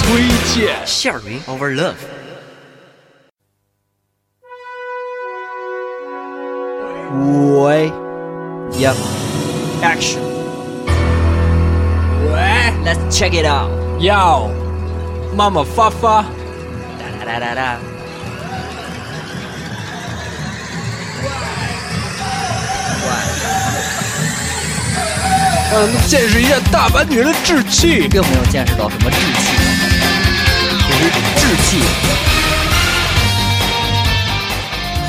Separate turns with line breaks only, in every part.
推荐。
Sharing our love。
喂，Yep。
Action。喂，Let's check it out。
要，妈妈发发，
哒哒哒哒哒。
让他们见识一下大阪女人的志气。
并没有见识到什么志气，只是志气。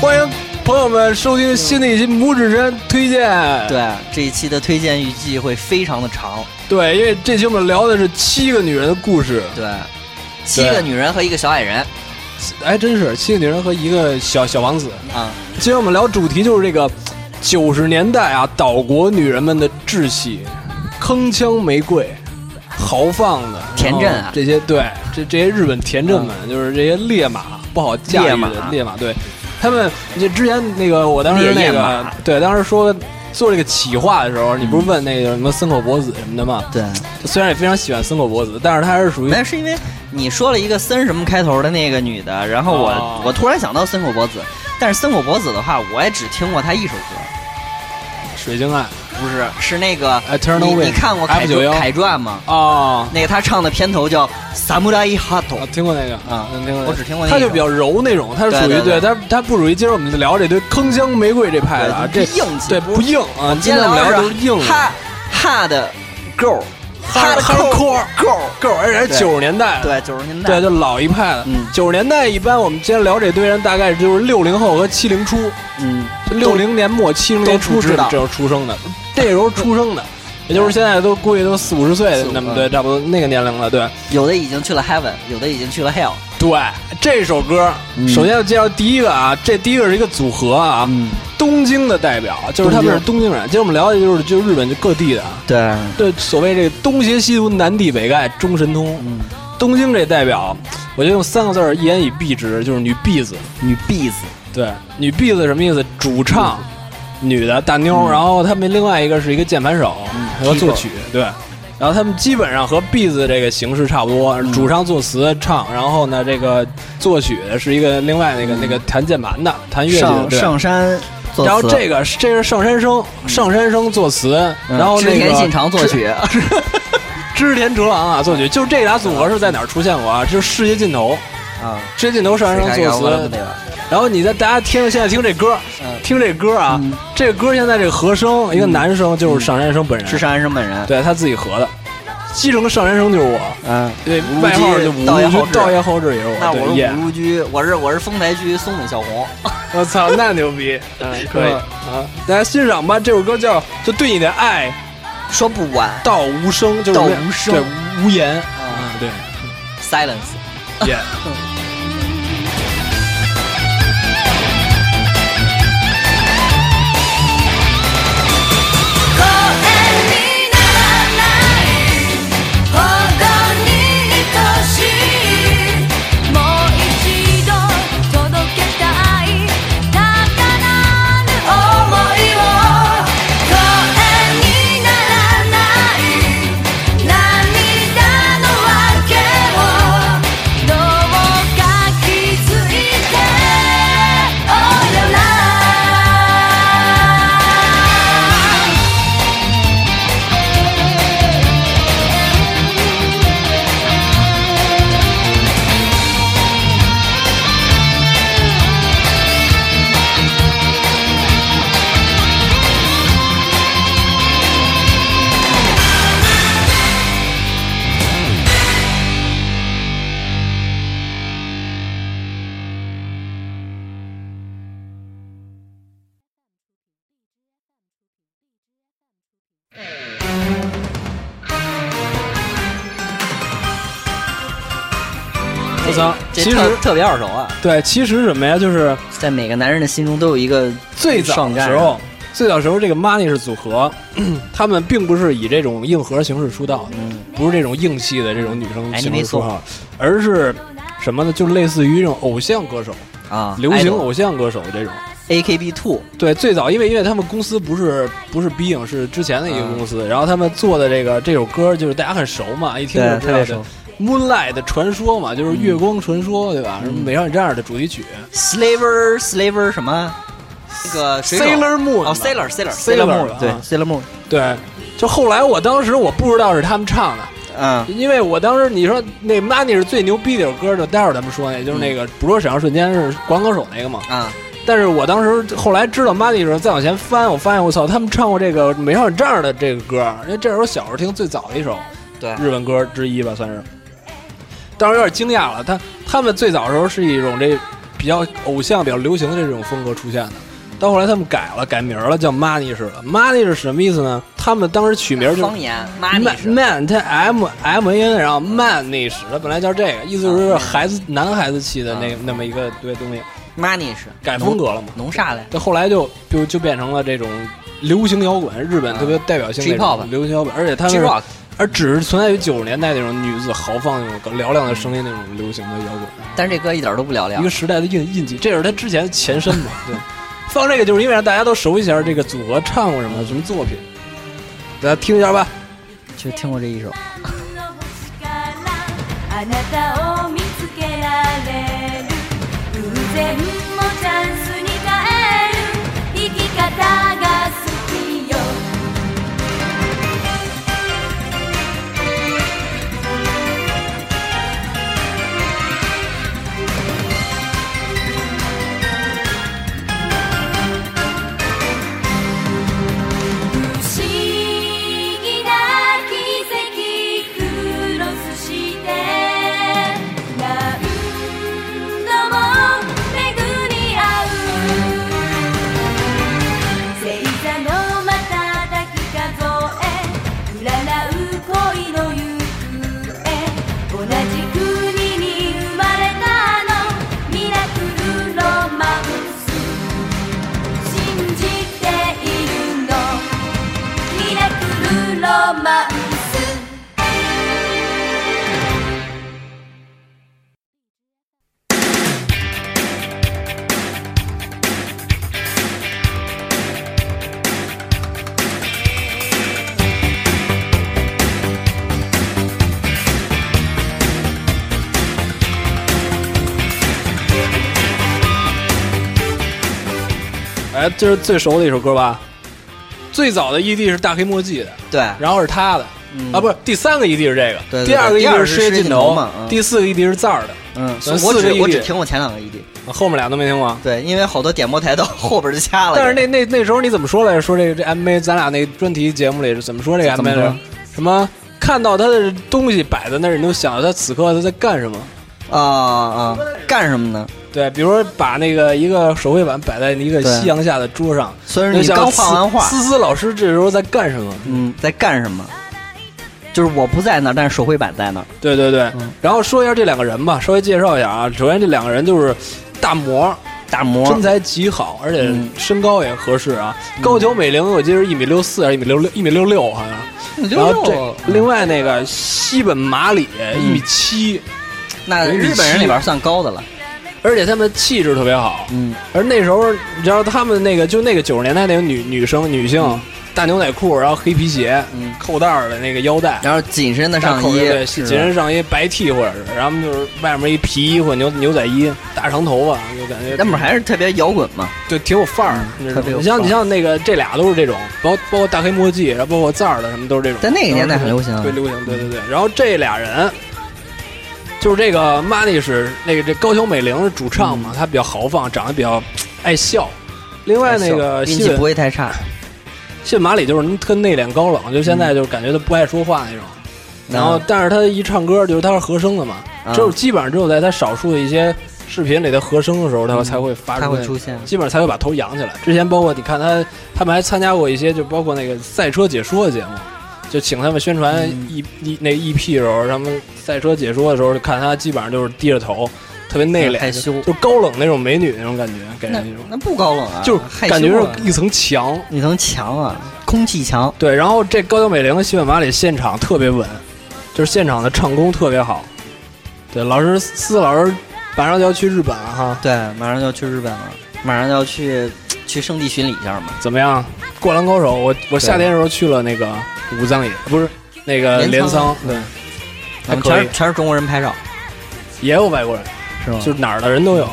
欢迎朋友们收听新的一期《拇指山推荐》对。
对，这一期的推荐预计会非常的长。
对，因为这期我们聊的是七个女人的故事。
对，七个女人和一个小矮人
哎，真是七个女人和一个小小王子。
啊，
今天我们聊主题就是这个九十年代啊，岛国女人们的志气，铿锵玫瑰，豪放的
田震啊嗯
然后这些对这这些日本田震们，就是这些烈马不好驾驭的
烈
烈
马
马，对他们，你之前那个我当时
烈
那
焰
个
马
对当时说做这个企划的时候，你不是问那个什么森口博子什么的吗？
对，
就虽然也非常喜欢森口博子，但是他还是属于
但是因为你说了一个森什么开头的那个女的，然后我、
哦
我突然想到森口博子，但是森口博子的话，我也只听过她一首歌，
水晶爱
不是是那个
Eternal
你
Wind，
你看过凯
F91
传凯传吗？
啊
那个他唱的片头叫《Samurai Hato
啊》，，听过那个
啊
嗯听过那个。
我只听过那
他就
首
比较柔那种，他是属于
对对对
他他不属于今儿我们聊这堆铿锵玫瑰这派的啊，这
对不硬气
对不硬啊，
今
今
天
天我们
聊
聊的
的是
都是硬啊的
哈哈的 girl，哈
哈
的
hardcore
girl，
够，而且还是
对
九十年代的，
对，九十年代，
对，就老一派了
嗯。
九十年代一般我们今天聊这堆人，大概就是六零后和七零初，
嗯，
六零年末七零年初
都知
这
道
这时候出生的，这时候出生的，也就是现在都估计都四五十岁
四五
那么
嗯
对，差不多那个年龄了，对。
有的已经去了 heaven，有的已经去了 hell，
对这首歌，
嗯
首先要介绍第一个啊，这第一个是一个组合啊，
嗯，
东京的代表，就是他们是东京人。今天我们聊的就是就日本就各地的，啊，
对，
这所谓这个东邪西毒南帝北丐中神通，
嗯，
东京这代表，我就用三个字儿一言以蔽之，就是女婢子。
女 b 子，
对，女婢子什么意思？主唱，女的大妞，
嗯
然后他们另外一个是一个键盘手
嗯
和作曲，对。然后他们基本上和婢子这个形式差不多，
嗯
主唱作词唱，然后呢，这个作曲的是一个另外那个、那个弹键盘的，弹乐器的。
上
对
上山作词，
然后这个是这是上山生，上山生作词，
嗯
然后
织
那
田
个
信长作 曲，
织田哲郎啊作曲，就这俩组合是在哪儿出现过啊？就是《世界尽头》，《
啊，
世界尽头》上山生作词，然后你在大家听现在听这歌，
嗯
听这歌啊，
嗯
这歌现在这个和声，一个男生就是上山生本人，
是上山生本人，
对他自己合的。西城上山生就是我，
嗯，
对，
无
外号
忌
就无
道爷
忌
好志
道爷后志也是我，
那
对
我
耶
是五路居，我是我是丰台区松本孝弘，
我操，那牛逼，嗯，
可以
啊，大家欣赏吧。这首歌叫《就对你的爱
说不完
道无声》，就是
道
没有
无声
对无言，
啊
对，
，silence。
耶。
「声にならない」「炎になる」「もう一度届けたい」「高なる想いを」「声にならない」「涙のわけをどうか気づいておよな」
我操，
这
其实
特特别耳熟啊，
对，其实什么呀，就是
在每个男人的心中都有一个
最早
上
的
盖
时候，最早时候这个 Money 是组合， 他们并不是以这种硬核形式出道的，
嗯
不是这种硬气的这种女生
哎你
形
没
式出
错
道，而是什么呢？就类似于这种偶像歌手、
啊，
流行偶像歌手这种。
AKB Two
对，最早因为因为他们公司不是不是 b
嗯
i 是之前的一个公司，然后他们做的这个这首歌就是大家很熟嘛，一听
对
就知道
特
的
别熟。
Moonlight 的传说嘛，就是月光传说，
嗯
对吧？什么美少女战士的主题曲
Slaver Slaver 什么？那个水手
Sailor Moon
哦，Sailor Sailor
Sailor
Moon 对
啊
Sailor Moon，
对，就后来我当时我不知道是他们唱的，
嗯
因为我当时你说那 Money 是最牛逼的一首歌，就待会儿咱们说那，也就是那个捕捉闪耀瞬间是广告手那个嘛。
啊，
但是我当时后来知道 Money 的时候，再往前翻，我发现我操，他们唱过这个《美少女战士》的这个歌，因为这是我小时候听最早的一首
对，
日本歌之一吧，算是。当时有点惊讶了，他他们最早的时候是一种这比较偶像、比较流行的这种风格出现的，到后来他们改了，改名了，叫 Money 式的。Money 是什么意思呢？他们当时取名就是
方言 Money
man
是
man，它 m m a n，然后 man 那时，它本来叫这个，意思就是孩子男孩子气的那那么一个对东西，
Money 是
改风格了嘛。
弄啥嘞？
但后来就就就变成了这种流行摇滚，日本特别代表性的
嗯 J-pop
流行摇滚，而且他们
G
是
Rock
而只是存在于九十年代那种女子豪放、那种嘹亮的声音那种流行的摇滚，
但是这歌一点都不嘹亮
一个。时代的印印记。这是他之前的前身嘛？对，放这个就是因为让大家都熟悉一下这个组合唱过什么什么作品，大家听一下吧。
就听过这一首，
あなたを見つけられる偶然もチャンスに変える生き方が好きよ不思議な奇跡クロスして何度も巡り合う星座の瞬き数え占う恋の行方同じ国に生まれたのミラクルロマンス信じているのミラクルロマンス
哎，这是最熟的一首歌吧？最早的 ED 是大黑墨迹的，
对，
然后是他的、啊，不是第三个 ED 是这个，
对对对
第二个
第
ED
二
是
是
世界
世界
尽
尽
头
头嘛嗯
第四个 ED 是藏儿的，
嗯，
咱
我
四个
只我
ED
只听过前两个 ED，
后面俩都没听过。
对，因为好多点播台到 后边就掐了。
但是那那那时候你怎么说来着？说这个这 MV，咱俩那专题节目里是怎么说这个
怎么
MV 的
说？
什么看到他的东西摆在那儿，你就想到他此刻他在干什么？
啊啊，干什么呢？
对，比如说把那个一个手绘板摆在一个
对
夕阳下的桌上，
所以
就
说你
想
刚画完画，
思思老师这时候在干什么？
嗯，在干什么？就是我不在那儿，但是手绘板在那儿。
对对对
嗯。
然后说一下这两个人吧，稍微介绍一下啊。首先这两个人就是大模，
大模
身材极好，而且
嗯
身高也合适啊。高桥美玲我记得是一米六四还是一米六六，一米六六好像。然后
啊
这另外那个西本麻里一米七，
嗯那日本人里边算高的了。
而且他们气质特别好。
嗯，
而那时候你知道他们那个就那个九十年代那个女女生女性、大牛仔裤，然后黑皮鞋，
嗯
扣带儿的那个腰带。
然后紧身的
大
上
扣
衣
子对，，
是
紧身上衣、白 T 或者是，然后就是外面一皮衣或牛牛仔衣，大长头发，就感觉
那不还是特别摇滚嘛？
对，挺有范儿。
嗯
你知道
特
吗
别有
你像
范儿
你像那个这俩都是这种，包包括大黑墨迹，然后包括赞儿的什么都是这种。
在那个年代很流行啊
对流行，对对对。然后这俩人就是这个 Money 是那个这高桥美玲是主唱
嗯
嘛，她比较豪放，长得比较爱笑。另外那个
运
西
气
本
不会太差。
谢马里就是特内敛高冷，就现
嗯
在就是感觉他不爱说话那种。然后，但是他一唱歌，就是他是和声的嘛，
嗯
只有基本上只有在他少数的一些视频里的和声的时候，他才会发出那
他
个，
嗯会出现
基本上才会把头扬起来。之前包括你看他，他们还参加过一些，就包括那个赛车解说的节目，就请他们宣传
嗯
E、E 那 EP 的时候，他们赛车解说的时候，就看他基本上就是低着头，特别内敛，
嗯害羞
就高冷那种美女那种感觉，给
那
人一种，
那不高冷啊，
就是
害羞
感觉
啊
是一层墙。
你能强啊，空气强。
对，然后这高桥美玲和西本麻里现场特别稳，就是现场的唱功特别好。对，老师思老师马上就要去日本了哈，
对，马上就要去日本了，马上就要去去圣地巡礼一下嘛。
怎么样？《灌篮高手》我我夏天的时候去了那个武藏野，不是那个
镰
呃镰
仓啊
仓，对，
咱
还
们
可
全
以
是，全是中国人拍照，
也有外国人，
是吗？
就是哪儿的人都有，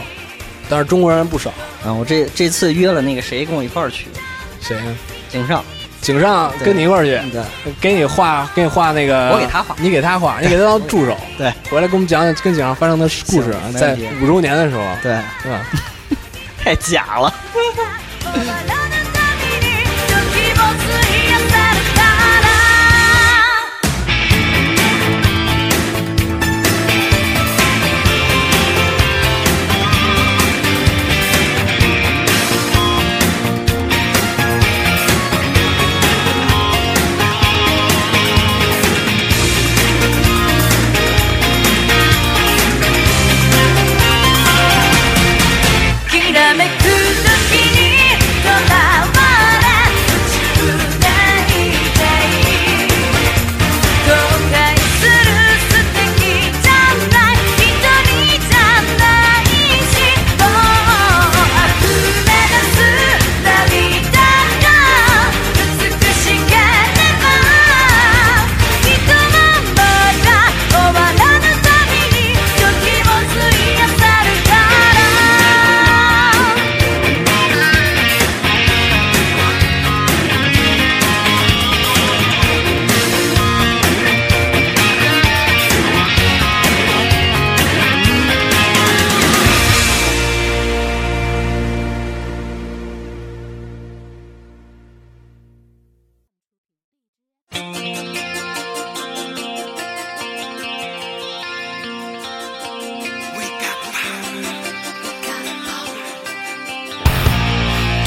但是中国人不少。
啊，我这这次约了那个谁跟我一块儿去，
谁呀？
井上，
井上
对
跟你一块儿去，
嗯对，
给你画，给你画那个，
我给他画
你给他画， 你给他当助手，
对，
回来给我们讲讲跟井上发生的故事啊，
行没
在
问题
五周年的时候，啊
对，
对吧？
太假了。
「終わらぬ旅に時も費やされたら」「きらめく時にとらわれ」「打ち砕いていい」「後悔する素敵じゃない」「一人じゃないし」「もう溢れ出す涙が美しければ」「ひとままが終わらぬたびに時を費やさるから」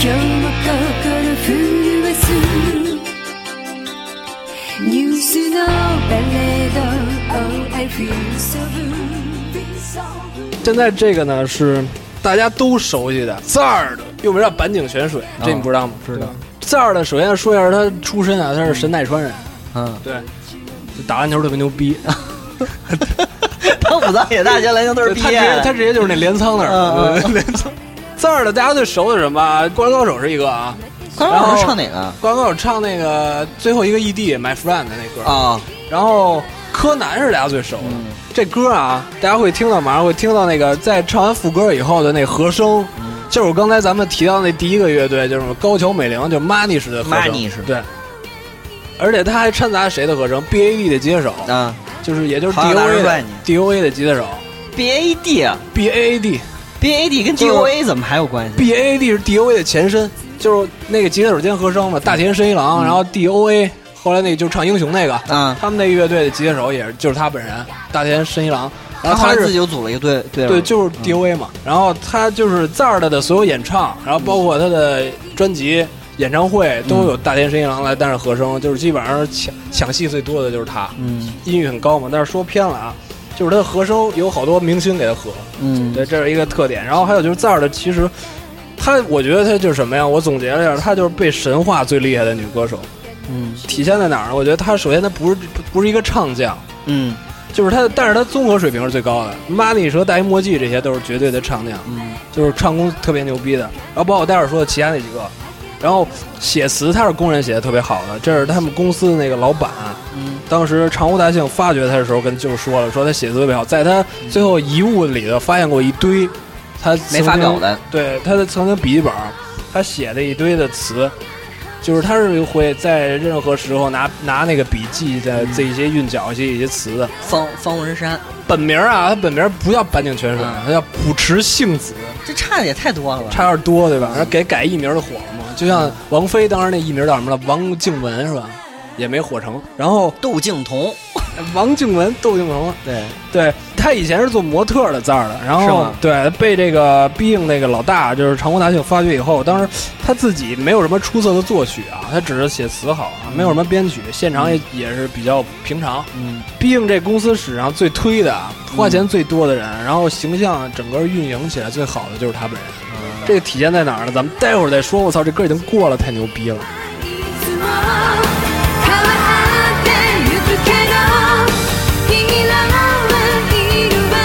今日も心震わすニュースのバレード Oh I feel so blue feel so blue
现在这个呢是大家都熟悉的 ZAR 的，又名叫板井泉水，这你不知道吗？
哦知道。
ZAR 的首先说一下他出身啊，他是神奈川人，
嗯，
对，就打篮球特别牛逼，
他武藏野大学篮球队
对
毕
他直
业
接
的，
他直接就是那镰仓那
嗯
儿
嗯，
对镰仓。ZAR 的大家最熟的是什么啊？灌篮高手是一个啊，
关
然后
老师唱哪个啊？
灌篮高手唱那个最后一个 ED My Friend 的那歌，
啊嗯
然后柯南是大家最熟的。这歌啊，大家会听到，马上会听到那个在唱完副歌以后的那和声，就是我刚才咱们提到那第一个乐队，就是高桥美玲，就 Money 式的和声
Manish
对。而且他还掺杂谁的和声？B.A.D 的接手，
啊
就是也就是
好像哪儿
D.O.A
怪
的
你
D.O.A 的吉他手
，B A D 啊
，B.A.D
，B A D 跟
就是
G O A 怎么还有关系？
B.A.D 是 D.O.A 的前身，就是那个吉他手兼和声嘛，大田伸一郎，
嗯
然后 D.O.A 后来那个就唱英雄那个，
啊，
他们那乐队的吉他手也是就是他本人，大田伸一郎，然后
后
他
来
是
自己嗯又组了一个队队伍，
对，就是 DOA 嘛。然后他就是这儿的的所有演唱，然后包括他的专辑、演唱会
嗯
都有大田伸一郎来担任和声，就是基本上抢抢戏最多的就是他，
嗯
音域很高嘛。但是说偏了啊，就是他的和声有好多明星给他合，
嗯，
对，这是一个特点。然后还有就是这儿的，其实他我觉得他就是什么呀？我总结了一下，他就是被神化最厉害的女歌手，
嗯
体现在哪儿呢？我觉得他首先他不是不不是一个唱将。
嗯
就是他，但是他综合水平是最高的。Money 和戴一墨镜这些都是绝对的唱将，
嗯
就是唱功特别牛逼的。然后包括我待会儿说的其他那几个，然后写词他是工人写的特别好的，这是他们公司的那个老板，
嗯
当时长屋大幸发掘他的时候跟就说了，说他写词特别好，在他最后遗物里头发现过一堆他曾经
没发表，的，
对他的曾经笔记本，他写的一堆的词。就是他是会在任何时候拿拿那个笔记的这些韵脚、一些一些词的，
方方文山，
本名啊，他本名不叫坂井泉水，
嗯
他叫浦池幸子，
这差的也太多了吧？
差有点多，对吧？然后给改艺名就火了嘛，就像王菲当时那艺名叫什么了，王静文是吧？也没火成。然后
窦靖童，
王静文窦靖童，
对，
对他以前是做模特的这儿的，然
是
后
吗
对被这个毕竟那个老大就是长谷大幸发掘以后，当时他自己没有什么出色的作曲啊，他只是写词好啊，没有什么编曲，现场也也是比较平常。
嗯
毕竟这公司史上最推的、啊，花钱最多的人，然后形象整个运营起来最好的就是他本人。
嗯
这个体现在哪儿呢？咱们待会儿再说。我操，这歌已经过了，太牛逼了！
嗯
いつも変わってゆくけど未来はいるわ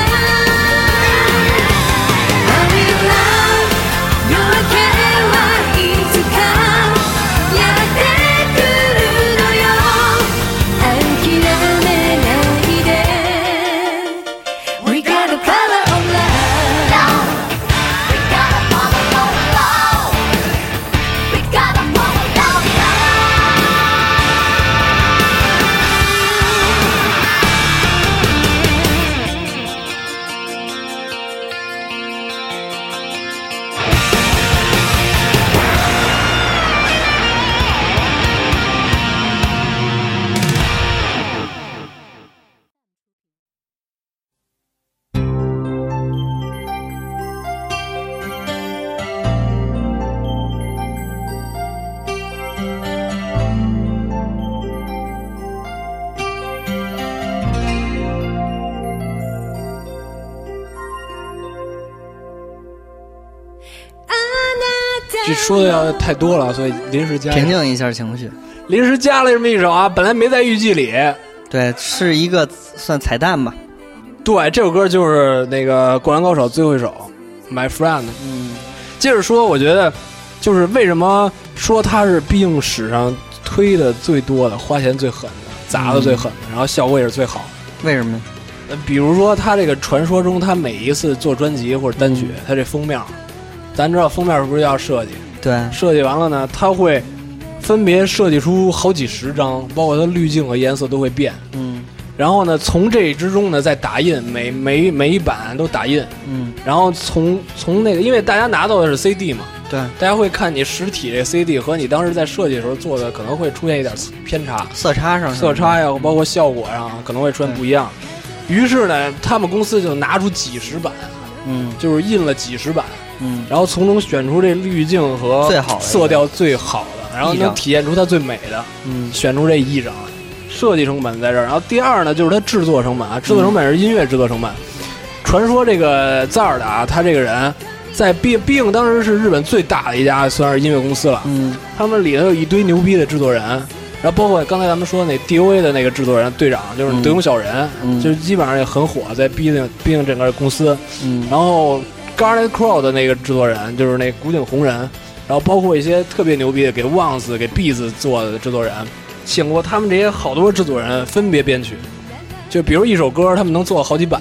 I'm in love 夜明けはいつかやってくるのよ諦めないで
这说的要太多了，所以临时加一
平静一下情绪。
临时加了这么一首啊，本来没在预计里。
对，是一个算彩蛋吧。
对，这首歌就是那个《灌篮高手》最后一首《My Friend》。
嗯，
接着说，我觉得就是为什么说它是毕竟史上推的最多的、花钱最狠的、砸的最狠的，然后效果也是最好的。
为什么呀？
呃比如说他这个传说中，他每一次做专辑或者单曲，他这封面儿，咱知道封面儿是不是要设计？
对，
设计完了呢，他会分别设计出好几十张，包括它滤镜和颜色都会变。
嗯
然后呢，从这之中呢再打印，每每每一版都打印。
嗯，
然后从从那个，因为大家拿到的是 CD 嘛，
对，
大家会看你实体这 CD 和你当时在设计的时候做的可能会出现一点偏差。
色差上是吧
色差呀，包括效果上可能会出现不一样。于是呢，他们公司就拿出几十版，
嗯
就是印了几十版，
嗯，
然后从中选出这滤镜和
最好的
色调最好的，然后
一
能
张
体现出它最美的，
嗯
选出这一张。设计成本在这儿，然后第二呢，就是它制作成本啊，制作成本是音乐制作成本。传说这个赞尔达他这个人，在毕毕竟当时是日本最大的一家算是音乐公司了，
嗯
他们里头有一堆牛逼的制作人，然后包括刚才咱们说那 DOA 的那个制作人队长，就是
嗯
德永小人，
嗯
就是基本上也很火，在毕竟毕竟整个公司。
嗯，
然后 Garnet Crow 的那个制作人就是那古井宏人，然后包括一些特别牛逼的给 Wans 给 Beats 做的制作人，请过他们这些好多制作人分别编曲，就比如一首歌他们能做好几版。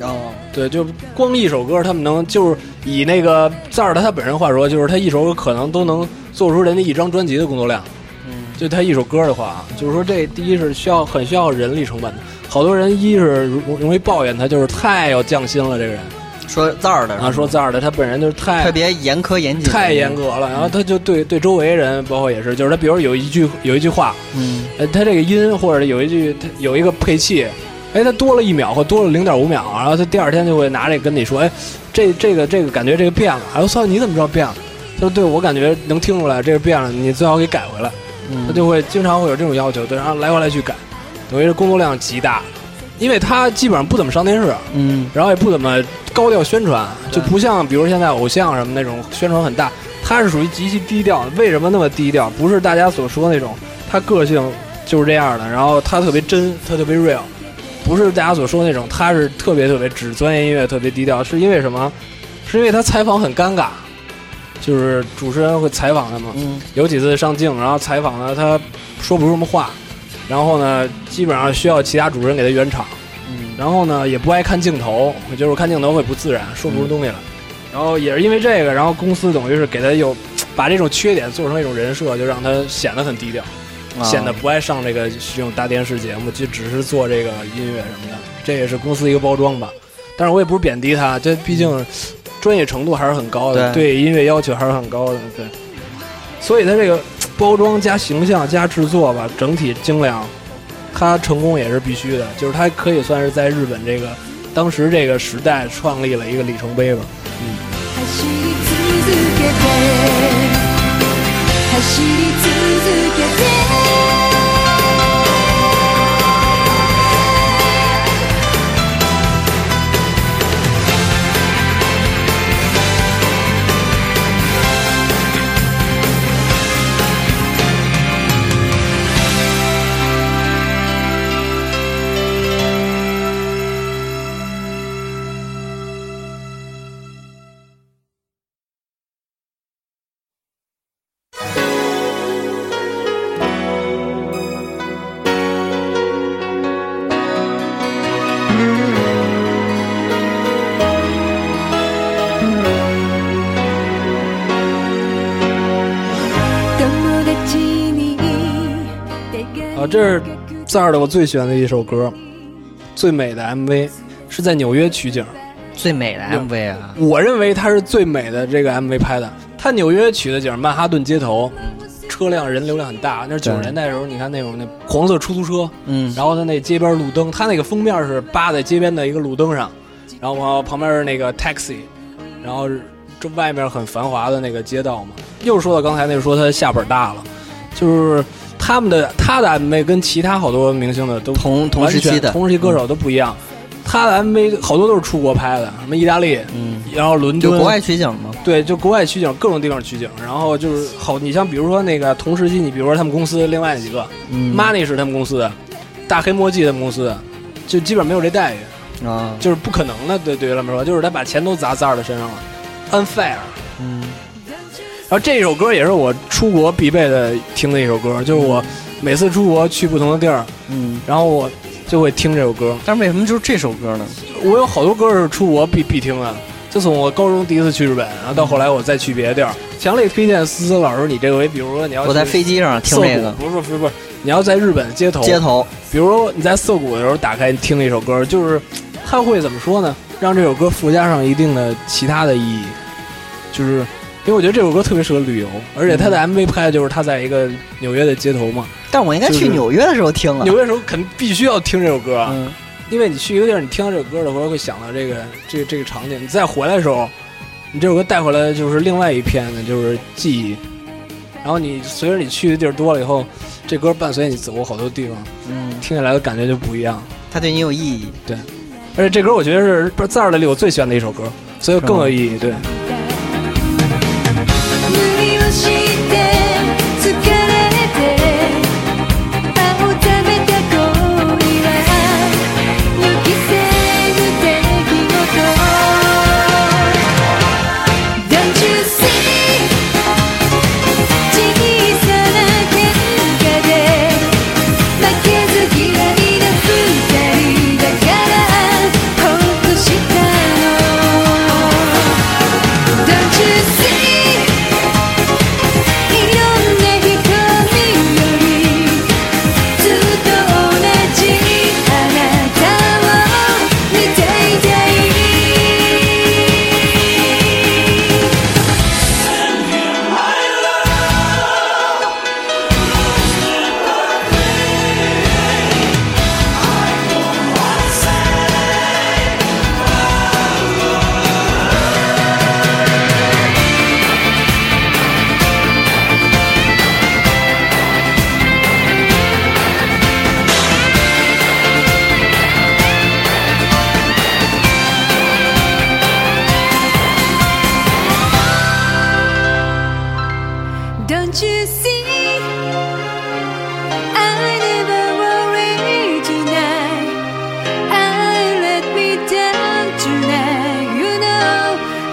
哦，
对，就光一首歌，他们能就是以那个赞尔达他本人话说，就是他一首歌可能都能做出人家一张专辑的工作量。
嗯
就他一首歌的话啊，就是说这第一是需要很需要人力成本的，好多人一是容容易抱怨他就是太有匠心了这个人
说字儿的是吧
啊，说赞尔达他本人就是太
特别严苛严谨，
太严，格了，然后他就对对周围人包括也是，就是他比如有一句有一句话，
嗯
呃，他这个音或者有一句他有一个配器，哎，他多了一秒或多了零点五秒，然后他第二天就会拿这个跟你说，哎，这这个这个感觉这个变了，哎我操，你怎么知道变了？他说对我感觉能听出来这个变了，你最好给改回来。
嗯，
他就会经常会有这种要求，对，然后来回来去改，等于是工作量极大，因为他基本上不怎么上电视，啊
嗯
然后也不怎么高调宣传，就
对
不像比如现在偶像什么那种宣传很大，他是属于极其低调。为什么那么低调？不是大家所说那种，他个性就是这样的，然后他特别真，他特别 real，不是大家所说那种，他是特别特别只钻研音乐，特别低调，是因为什么？是因为他采访很尴尬，就是主持人会采访他嘛，
嗯
有几次上镜，然后采访呢，他说不出什么话，然后呢，基本上需要其他主持人给他圆场，
嗯，
然后呢，也不爱看镜头，就是看镜头会不自然，说不出东西来。然后也是因为这个，然后公司等于是给他有把这种缺点做成一种人设，就让他显得很低调，
啊
显得不爱上这个这种大电视节目，就只是做这个音乐什么的。这也是公司一个包装吧。但是我也不是贬低他，这毕竟专业程度还是很高的，嗯对
对
音乐要求还是很高的，对。所以他这个包装加形象加制作吧，整体精良，他成功也是必须的，就是他可以算是在日本这个当时这个时代创立了一个里程碑吧。
走り続けて走り続けて友達に手紙
啊，这是赞儿的我最喜欢的一首歌，最美的 MV 是在纽约取景，
最美的 MV 啊，
我认为它是最美的这个 MV 拍的。它纽约取的景，曼哈顿街头，车辆人流量很大。那是九十
对
年代的时候，你看那种那黄色出租车，
嗯，
然后它那街边路灯，它那个封面是扒在街边的一个路灯上，然后往旁边是那个 taxi，然后这外面很繁华的那个街道嘛。又说到刚才那说他下本大了，就是他们的他的 MV 跟其他好多明星的都
同同时期
完全
的
同时期歌手都不一样，他的 MV 好多都是出国拍的，什么意大利，
嗯，
然后伦
就
敦
国外取景嘛，
对，就国外取景，各种地方取景，然后就是好，你像比如说那个同时期，你比如说他们公司另外那几个、
嗯
Money 是他们公司的，大黑墨迹他们公司的，就基本没有这待遇，
啊，
就是不可能的。对对于他们说，就是他把钱都砸扎尔的身上了，unfair。
嗯
然后这首歌也是我出国必备的听的一首歌，就是我每次出国去不同的地儿，
嗯。
然后我就会听这首歌。
但是为什么就是这首歌呢？
我有好多歌是出国必必听的，自从我高中第一次去日本，然后到后来我再去别的地儿，强烈推荐思思老师，你这回比如说你要
我在
去
飞机上听
涩
这
谷
个
不是不是不是，你要在日本街头，
街头，
比如说你在涩谷的时候打开听一首歌，就是它会怎么说呢？让这首歌附加上一定的其他的意义，就是因为我觉得这首歌特别适合旅游，而且它
嗯
的 MV 拍的就是他在一个纽约的街头嘛，
但我应该
就是
去纽约的时候听了。
纽约的时候肯必须要听这首歌啊，
嗯，
因为你去一个地儿，你听到这首歌的时候会想到这个这个、这个场景，你再回来的时候，你这首歌带回来就是另外一片的，就是记忆。然后你随着你去的地儿多了以后，这歌伴随你走过好多地方，
嗯，
听起来的感觉就不一样。
它对你有意义。
而且这歌我觉得是不是在二里我最喜欢的一首歌，所以更有意义。对，
「無理をして疲れて」「青を食べた恋は予期せぬ出来事」「Don't you see」「小さな喧嘩で負けず嫌いな二人だからほっとしたの」Don't you see いろんな瞳よりずっと同じあなたを見ていたい「Don't you see I never worry tonight I let me down tonight You know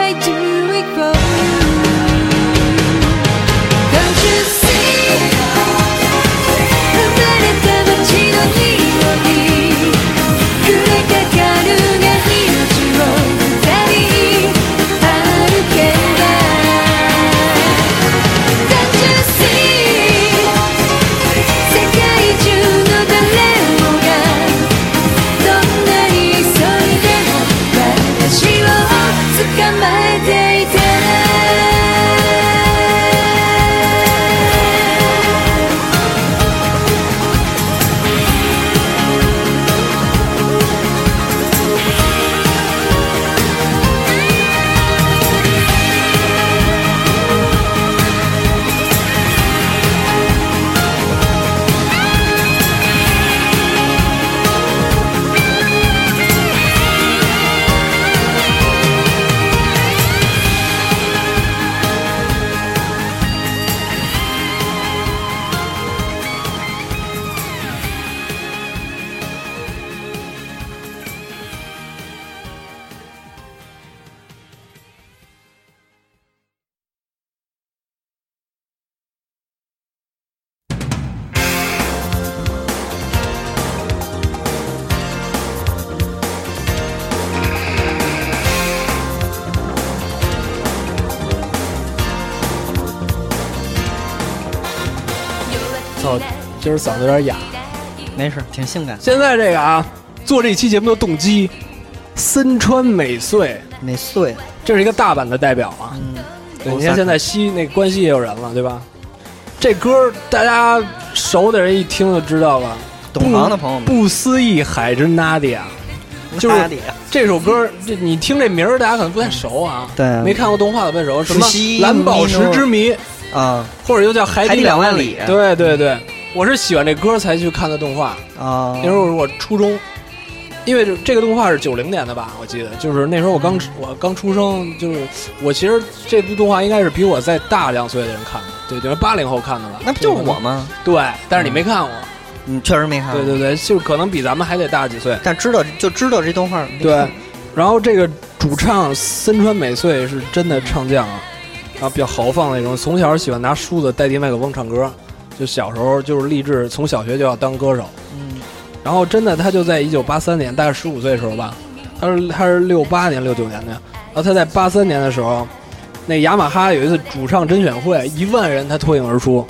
I do it for you Don't you see 生まれた街の匂い」「触れかかるが命を二人歩けば Don't you see 世界中の誰もがどんなに急いでも私を捕まえていた」
操，今儿嗓子有点哑。
没事，挺性感。
现在这个啊，做这期节目的动机，森川美穗，
美穗，
这是一个大阪的代表啊。
嗯，
对，你看现在西那关系也有人了，对吧？这歌大家熟的人一听就知道了，
懂行的朋友们，
不思议海之 Nadia 就是
哪里啊
这首歌，这你听这名儿，大家可能不太熟啊。
对啊
没看过动画的不太熟，什么
伏羲
蓝宝石之谜，
啊
或者又叫海
海底
两
两万
里
里
对对对，我是喜欢这歌才去看的动画，
啊
那时候我初中，因为这这个动画是九零年的吧，我记得，就是那时候我
嗯
刚我刚出生，就是我其实这部动画应该是比我再大两岁的人看的，对，就是八零后看的了，
那不就是我吗？嗯
对，但是你没看过，
你确实没看过，
对对对，就可能比咱们还得大几 岁，
但知道就知道这动画。没
对
看，
然后这个主唱森川美穗是真的唱将啊，然后比较豪放那种，从小喜欢拿梳子代替麦克风唱歌，就小时候就是立志从小学就要当歌手。
嗯
然后真的，他就在一九八三年，大概十五岁的时候吧，他是他是六八年六九年的，然后他在八三年的时候，那雅马哈有一次主唱甄选会，一万人他脱颖而出。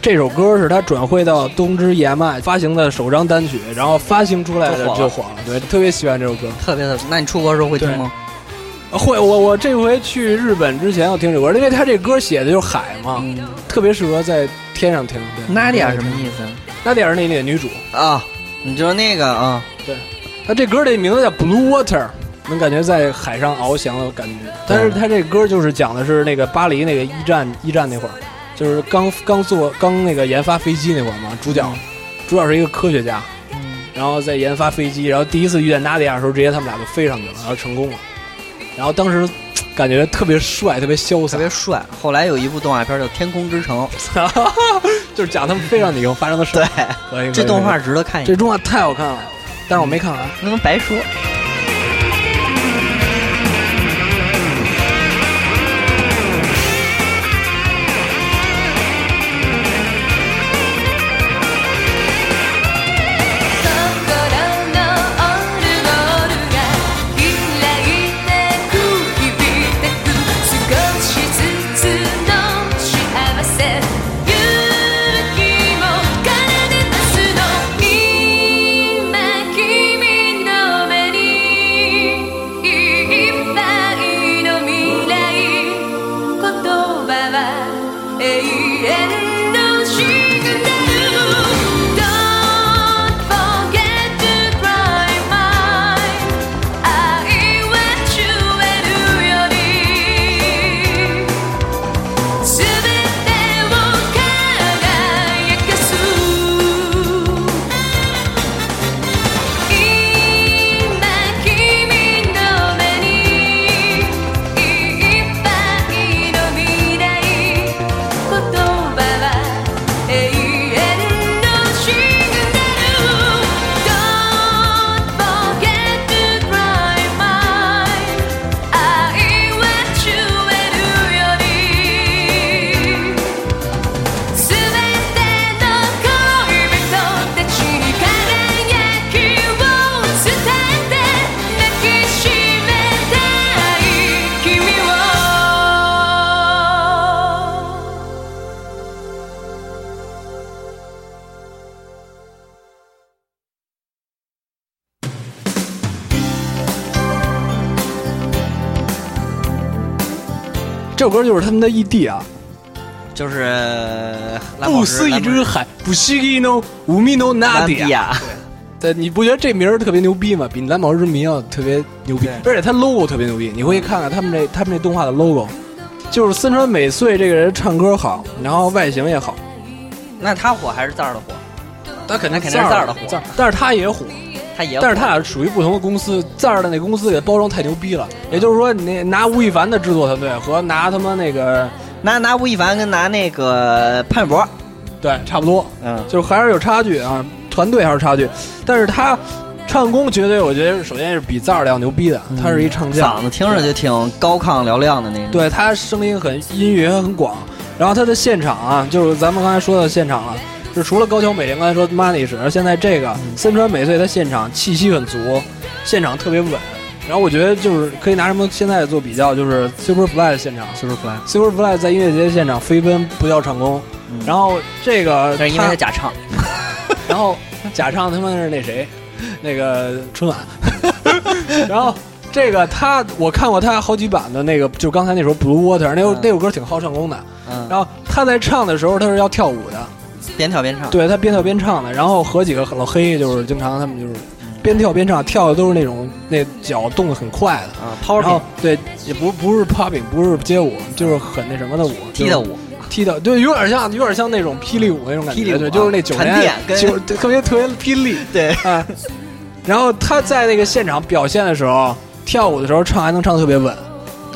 这首歌是他转会到东芝 EMI 发行的首张单曲，然后发行出来的
就
就火了，对，特别喜欢这首歌。
特别的，那你出国的时候会听吗？
会，我我这回去日本之前要听这歌，因为他这歌写的就是海嘛，
嗯，
特别适合在天上听。对，
娜迪亚什么意思
娜迪亚是那那女主，
啊？你就是那个啊，
她这歌的名字叫《Blue Water》，能感觉在海上翱翔的感觉。但是她这歌就是讲的是那个巴黎那个一战一战那会儿，就是刚刚做刚那个研发飞机那会儿嘛，主角
嗯
主角是一个科学家，然后在研发飞机，然后第一次遇见娜迪亚的时候，直接他们俩就飞上去了，然后成功了。然后当时感觉特别帅，特别潇洒
特，别帅。后来有一部动画片叫《天空之城》，
就是讲他们飞上去以后发生的事。
对，
可以可以
这动
可
画
以
值得看一
这
下，
动画太好看了，但是我没看完。
那能白说。
心のオルゴールが開いてく響いてく少しずつの幸せ勇気も奏で出すの今君の目にいっぱいの未来言葉は永遠のシグナル Don't forget to cry mine 愛は終えるよりすべてを輝かす今君の目にいっぱいの未来言葉は永遠のシグナル Don't forget to cry mine 愛は終えるより「すべての恋人たちに輝きを伝えて」「抱きしめたい君を」
这首歌就是他们的 ED 啊，
就是蓝宝
不
石
思一之海，不思议 no 无米 no
蓝
纳
迪
迪。
亚，
对，你不觉得这名儿特别牛逼吗？比蓝宝石之谜要特别牛逼
对，
而且它 logo 特别牛逼。你回去看看他们这他们这动画的 logo，就是森川美穗这个人唱歌好，然后外形也好，
那他火还是藏儿的火？
他肯定
那肯定是
字
字儿的火
字儿但是他也火，
他也火，
但是他俩属于不同的公司，赞儿的那公司给包装太牛逼了。也就是说，你那拿吴亦凡的制作团队和拿他妈那个，
拿拿吴亦凡跟拿那个潘玮柏，
对，差不多，
嗯，
就是还是有差距啊，团队还是差距。但是他唱功绝对，我觉得首先是比赞儿的要牛逼的，他是一唱将，
嗯嗓子听着就挺高亢嘹亮的那种。
对他声音很音域也很广，然后他的现场啊，就是咱们刚才说的现场啊，就除了高桥美玲刚才说 Money 是，现在这个
嗯
森川美穗他现场气息很足，现场特别稳。然后我觉得就是可以拿什么现在做比较，就是 Superfly 的现场
，Superfly，
，Superfly 在音乐节现场飞奔不叫唱功，
嗯
然后这个
但是因为他假唱，
然后假唱他们是那谁，那个春晚， 然后这个他我看过他好几版的那个，就刚才那首《Blue Water》，那首、
嗯
那首歌挺好唱功的。
嗯，
然后他在唱的时候，他是要跳舞
啊
的，
边跳边唱。
对他边跳边唱的。然后和几个老黑就是经常他们就是
嗯
边跳边唱，跳的都是那种那脚动得很快的。
啊
然后
，power
对，也不不是 popping，不是街舞，就是很那什么的舞，
踢的舞，
踢的，对，有点像有点像那种霹雳舞那种感觉，
霹雳舞啊
对，就是那九十
闪
年
电
代
跟
九特别特别霹雳，
对
啊。然后他在那个现场表现的时候，跳舞的时候唱还能唱得特别稳，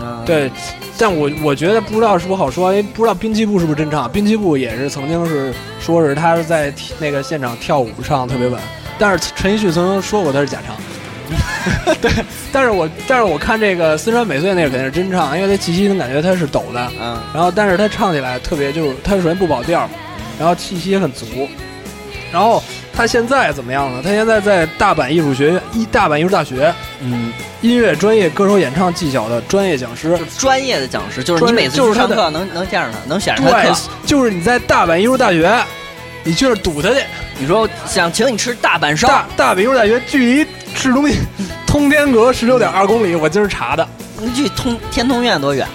嗯，
啊对。但我我觉得不知道是不是好说，因为不知道滨崎步是不是真唱。滨崎步也是曾经是说是他是在那个现场跳舞唱得特别稳，但是陈奕迅曾经说过他是假唱。 对，但是我但是我看这个四川美穗那个肯定是真唱，因为他气息能感觉他是抖的，
嗯，
然后但是他唱起来特别就是他首先不保调，然后气息也很足，然后他现在怎么样呢？他现在在大阪艺术学院一大阪艺术大学，嗯，音乐专业歌手演唱技巧的专业讲师
就。是专业的讲师，就是你
专业
每次
就是
去上
他的
课能能见着他，能选上他的
对
课。，
就是你在大阪艺术大学，你去那儿堵他去。
你说想请你吃大阪烧，
大大阪艺术大学距离市中心通天阁十六点二公里，我今儿查的，
你去通天通苑多远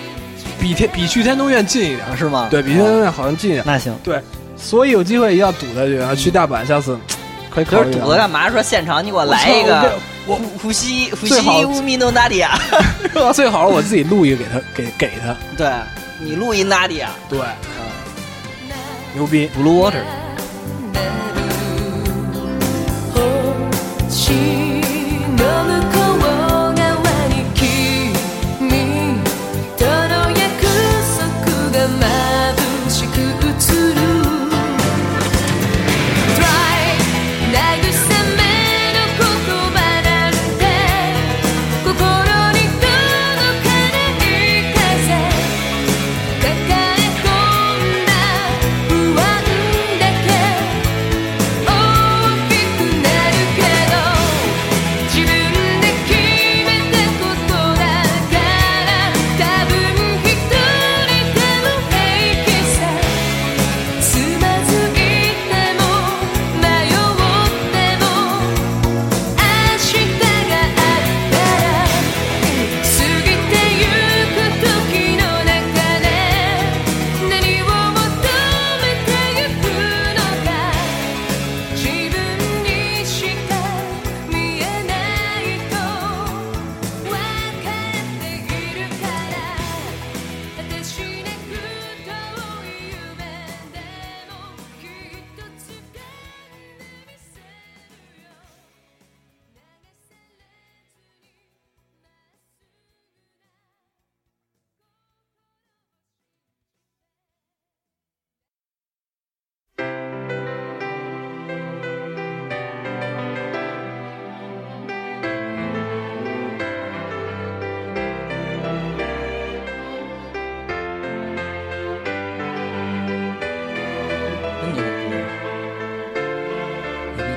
比天比去天通苑近一点。
啊？是吗？
对比去天通苑好像近一点，
那行。
所以有机会一定要堵他去啊！去大阪下次可以考
可
虑
是
一下。
堵了干嘛？说现场你给我
我操
来一个，
我
呼呼吸呼
最好
吸乌米诺纳 迪亚，
我最好是我自己录一个给他，给给他。
对你录一纳迪亚，
对，牛逼。
Blue Water
星の向こう側に君との約束が眩しく映る Try 慰めの言葉なんて心に届かない風抱え込んだ不安だけ大きくなるけど自分で決めたことだから多分一人でも平気さつまずいても迷っても明日があったら過ぎてゆく時の中で何を選ぶ求めてゆくのか自分にしか見えないと分かっているから私なく遠い夢でもきっとつかみせるよ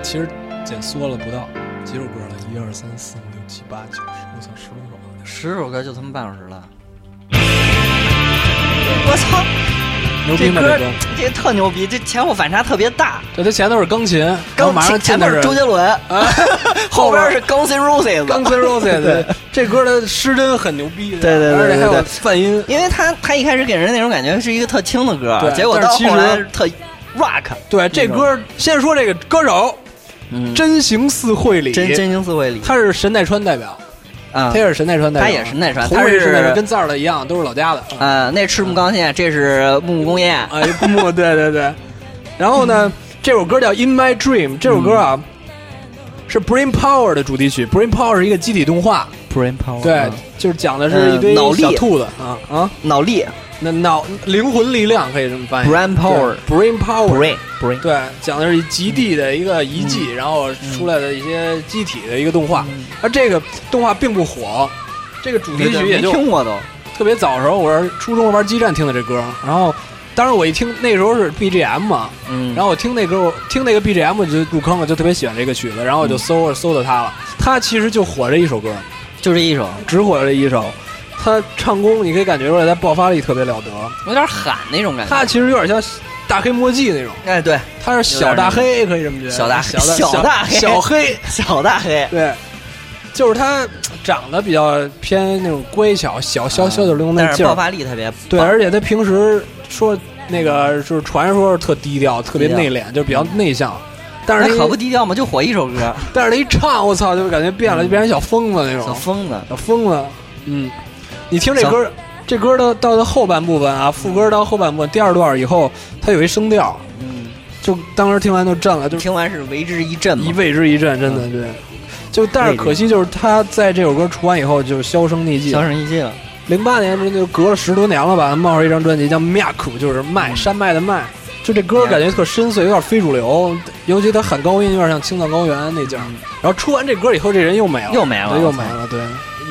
其实减缩了不到几首歌了，一二三四五六七八九十，我操，十多首了。
十首歌就他妈半小时了。我操，
牛逼
这
吗？这
歌
歌？
这特牛逼，这前后反差特别大。
对，他前头是钢琴，然后
刚
马上进
前
的
面是周杰 伦，
啊，
后边
边
是。Guns N' Roses。
钢 琴 Roses，对，这歌的失真很牛逼，
对对对
而且还
对对
有
对
泛音，
因为他他一开始给人那种感觉是一个特轻的歌，
对
结果
但
到
是其实
后来特 rock，
对，这歌先说这个歌手
嗯，
真行寺惠里，
真真情四惠里
他是神奈川代表，
啊
他，也是神奈川代表，
他也是神奈川
同
他
为
是
神奈川，跟赞儿的一样，都是老家的，嗯
啊，那赤木刚宪，这是木木公彦，
啊，一公墓，对对对。然后呢，这首歌叫《In My Dream》，这首歌啊、是《Brain Power》的主题曲，《Brain Power》是一个机体动画，
Brain Power，
对，就是讲的是一堆
嗯脑力
小兔子啊啊，
脑力
那脑灵魂力量可以这么翻译
Brain Power
，Brain Power。
，Brain Brain，
对，讲的是极地的一个遗迹，
嗯
然后出来的一些机体的一个动画，而这个动画并不火，这个主题曲也
没
就
听过都，
特别早的时候，我是初中玩基站听的这歌，然后当时我一听那时候是 BGM 嘛，
嗯，
然后我听那歌，我听那个 BGM 我就入坑了，就特别喜欢这个曲子，然后我就搜、搜到它了。
嗯
它其实就火这一首歌，
就这一首，
只火这一首。他唱功你可以感觉出来，他爆发力特别了得。
有点喊那种感觉，
他其实有点像大黑墨迹那种，
哎对，
他是小大黑，可以这么觉得。
小大
小大
小大黑
小黑，
小大黑，
对，就是他长得比较偏那种乖巧、小小小九零那
但是
劲
爆
儿。
发力特别，
对，，而且他平时说那个就是传说是特低调，特别
低调
内敛，就比较内向。但
那
是他
可不低调嘛，就火一首歌，
但是他一唱，我操，就感觉变了，就变成小疯子那
小
种，
疯子，
小疯子。嗯，你听这歌，这歌的到的后半部分啊，副歌到后半部分第二段以后，它有一声调，
嗯，
就当时听完就震了，就
听完是为之一振嘛
一。为之一振，真的对。就但是可惜就是他在这首歌出完以后就销声匿迹
销，声匿迹了，
零八年这就隔了十多年了吧，冒出一张专辑叫《麦苦》，就是
嗯
麦山脉的麦。就这歌感觉特深邃，有点非主流，尤其他喊高音有点像青藏高原那劲儿。然后出完这歌以后，这人又没了，
嗯又没了
对又
我
没
操
了，对，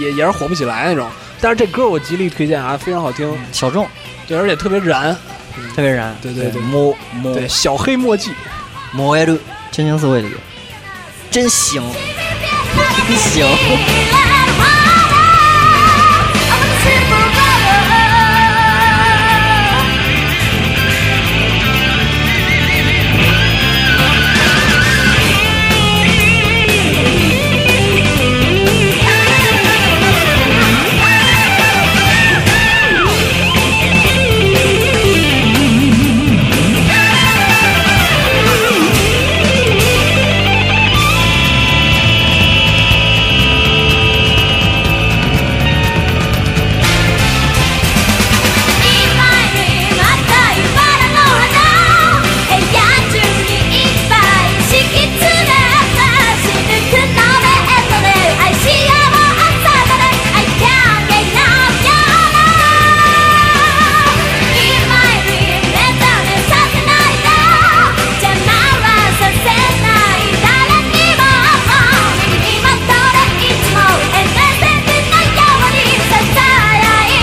也也是火不起来那种。但是这歌我极力推荐啊，非常好听，
小众，
对，而且特别燃。
特别燃。
对对对
摸摸
对，小黑墨迹，
摸呀，真情四味里，真行，行。
一百里，また茨の花。部屋中にいっぱい敷き詰めた。死ぬくのベッドで愛し合おう朝まで。I can't get enough your love。一百里目覚めさせないで。邪魔はさせない誰にも。今どれいつもエネルギーのようにささやいていて。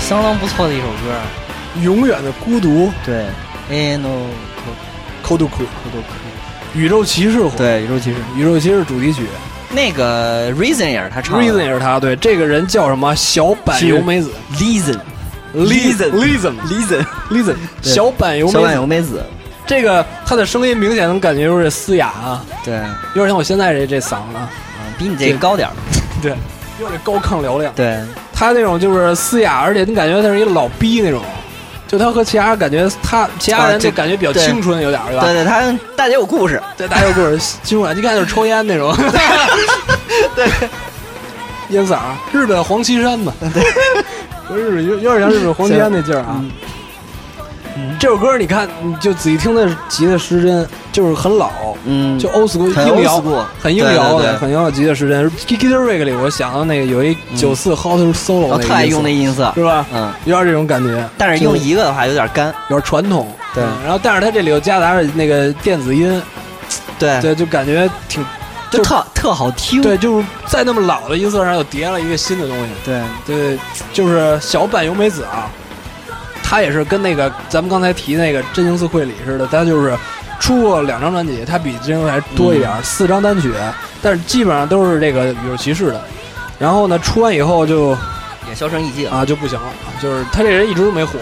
相当不错的一首歌。哎
永远的孤独，
对，A N O
抠度苦，
可都可
宇宙骑士火，，
对，宇宙骑士
宇宙骑士主题曲
那个 Reason 也是他唱的。
，Reason 也是他，对，这个人叫什么？小坂由美子
Reason
，Reason Reason
Reason
Reason，
对
小坂由
小
美
坂由
子，
美子，
这个他的声音明显能感觉有点嘶哑啊，
对，啊，
有点像我现在这这嗓子啊，
比你这个高点儿。
对，有点高亢嘹亮，
对，
他那种就是嘶哑，而且你感觉他是一老逼那种。就他和其他人感觉他，其他
啊
人就
这
感觉比较
对
青春，有点儿对吧？
对对，他大姐有 故事。
对，大家棍儿，金管一看就是抽烟那 种，
对，
烟嗓儿，日本黄岐山 嘛，不是日本有有点像日本黄岐山那劲儿啊。嗯这首歌你看，你就仔细听它吉他时针，就是很老，
嗯，
就 old school
很
硬摇
old school，，
很硬摇
对对对
很硬摇吉他时针。Guitar Rig 里，我想到那个有一九四 Hot Solo，
我
个
特爱
意思
用那音色
是。吧？
嗯，
有点这种感觉，
但是
就
用一个的话有点干。
有点传统，
对
嗯然后，但是它这里又夹杂着那个电子音，
对，
对，就感觉挺
就特特好听。
对，就是在那么老的音色上又叠了一个新的东西。
对，
对，就是小坂由美子啊，她也是跟那个咱们刚才提那个真情四会里似的，她就是出过两张专辑，她比真情还多一点儿，四张单曲，但是基本上都是这个宇宙骑士的。然后呢，出完以后就
也销声匿迹了。
啊就不行了，就是她这人一直都没火。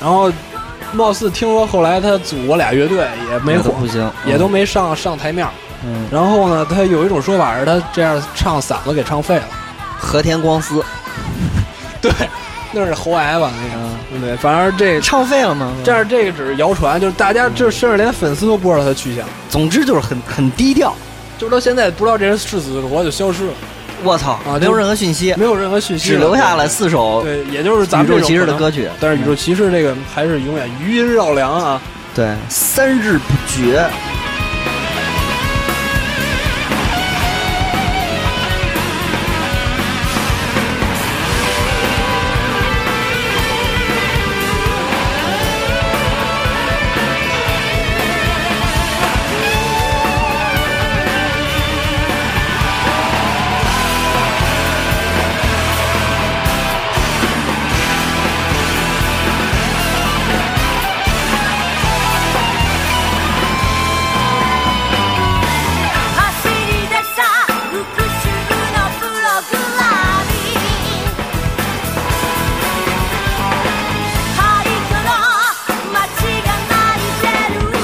然后，貌似听说后来她组过俩乐队也没火，
不行，
也都没上上台面儿。
嗯，
然后呢，他有一种说嗯法是他这样唱嗓子给唱废了。
和田光司，
对，那是喉癌吧？那个，对，反正这
唱废了吗？
但是这个只是谣传，就是大家就是甚至连粉丝都不知道他去向，
总之就是很很低调，
就是到现在不知道这人是死是活就消失了，
我操，
啊
没有任何讯息，
没有任何讯息，
只留下了四首
对，也就是咱
宇
们这
宙
种
骑士
可
的
能
歌曲，
但是宇宙骑士这个还是永远余音绕梁啊！
对三日不绝，
走り出さ復讐のプログラミング廃墟の街が泣いてる戦い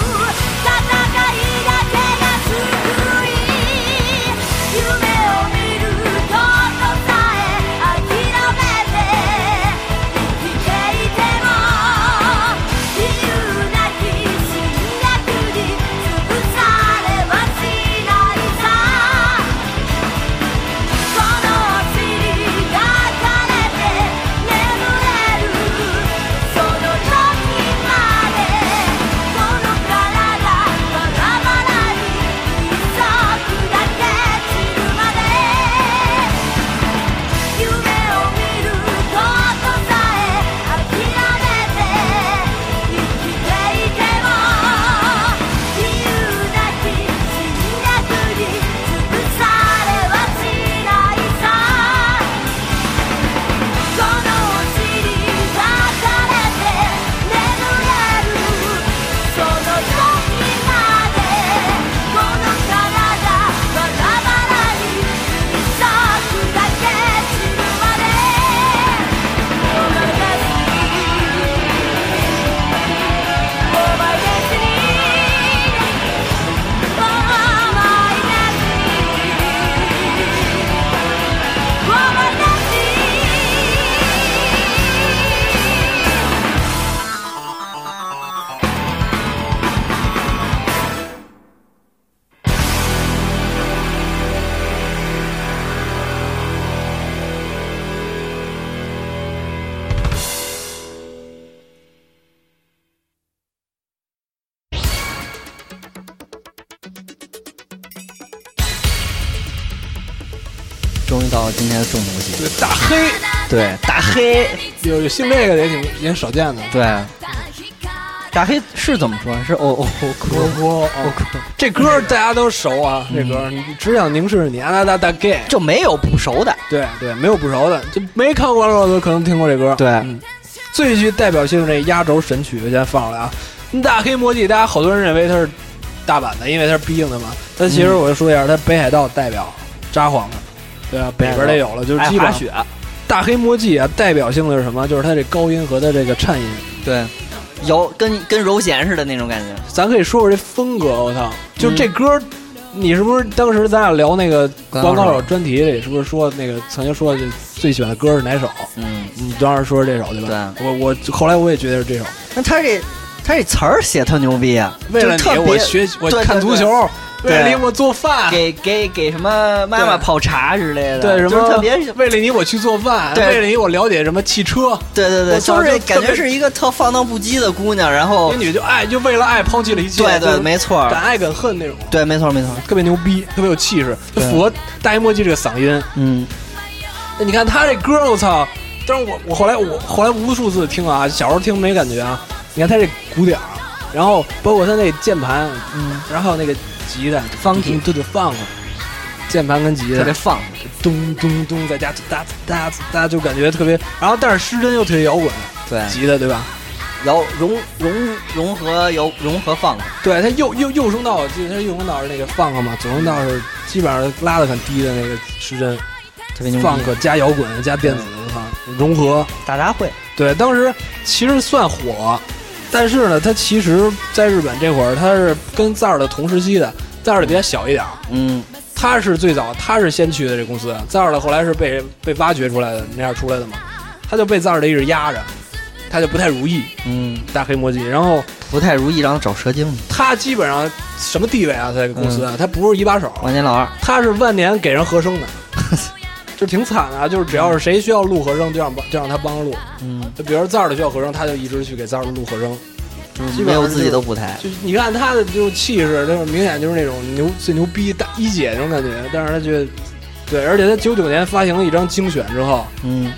だけが救い夢を見ることさえ諦めて生きていても自由なき進学に潰されはしないさこのお尻が枯れて眠れるその時までこの体バラバラに一足だけ散るまで夢を見ることさえ諦めて生きていても自由なき侵略に潰されはしないさこのお尻が垂れて眠れるその時までこの体バラバラに一足だけ散るまでお前ですお前ですにお前ですに我们的心。
终于到了今天的重头戏，
对，大黑
对大黑，
有有信这个的也挺也少见的。
对大黑是怎么说？是哦哦哦
我
哭，
我我这歌儿大家都熟啊，
嗯
这歌儿你只想凝视你，啊那那大 gay，
就没有不熟的，
对对，没有不熟的，就没看过的都可能听过这歌。
对
嗯最具代表性的这压轴神曲先放出来啊，《大黑魔记》，大家好多人认为它是大阪的，因为它是逼硬的嘛。但其实我就说一下，它北海道代表札幌的，对啊，北边儿也有了，就是
爱
基本
滑
上
雪，
大黑魔记啊，代表性的是什么？就是它这高音和它这个颤音。
对，有跟跟柔弦似的那种感觉，
咱可以说说这风格，我操！就
嗯
这歌儿，你是不是当时咱俩聊那个《
灌
广
高
告
手
手》专题里，是不是说那个曾经说的最喜欢的歌是哪首？
嗯，
你当时说是这首对吧？我我后来我也觉得是这首。
那他这他这词儿写特牛逼啊，
为了
就
你
特，别
我学我
对
看
对
足球，
对
为了你我做饭，
给给给什么妈妈泡茶之类的，
对什
就是
么
特别是
为了你我去做饭，
对
为了你我了解什么汽车。
对对对，
我操
就是
就
感
特
觉
别
是一个特放荡不羁的姑娘，然后
那女就爱，就为了爱抛弃了一切。
哦对
就
对，
是
没错儿，
敢爱敢恨那种。
对没错儿没错儿，
特别牛逼，特别有气势，就
对
符合大黑墨迹这个嗓音。
嗯，
那你看他这歌，我操！但是我我后来我后来无数次听啊，小时候听没感觉啊。你看他这鼓点儿，然后包括他那键盘，
嗯，
然后那个吉他
Funky
对对放了，键盘跟吉
嗯特
他
别放，
咚咚咚，在家哒哒哒哒，就感觉特别。然后但是失真又特别摇滚，
对，
吉他对吧？
摇融融融合摇融合放，
对他右右右声道，我记得他是右声道是那个放克嘛，左声道是基本上拉的很低的那个失真，
特别牛
放
逼，
克加摇滚加电子，我操，融合。
大杂烩，
对，当时其实算火，但是呢，他其实在日本这会儿，他是跟 ZAR 的同时期的，ZAR 的比他小一点儿，
嗯，
他是最早，他是先去的这公司，ZAR 的后来是被被挖掘出来的，那样出来的嘛。他就被藏尔的一直压着，他就不太如意，
嗯，
大黑摩季。然后
不太如意，然后找蛇精去。
他基本上什么地位啊，在公司啊，他不是一把手，
万年老二，
他是万年给人和声的，就挺惨的、啊。就是只要是谁需要录和声，就让就让他帮录。
嗯，
就比如藏儿的需要和声，他就一直去给藏儿录和声。
就是
基本上
没有
是
自己的舞台。
就是你看他的就是气势，就是明显就是那种牛最牛逼大一姐那种感觉，但是他却对，而且他九九年发行了一张精选之后
嗯，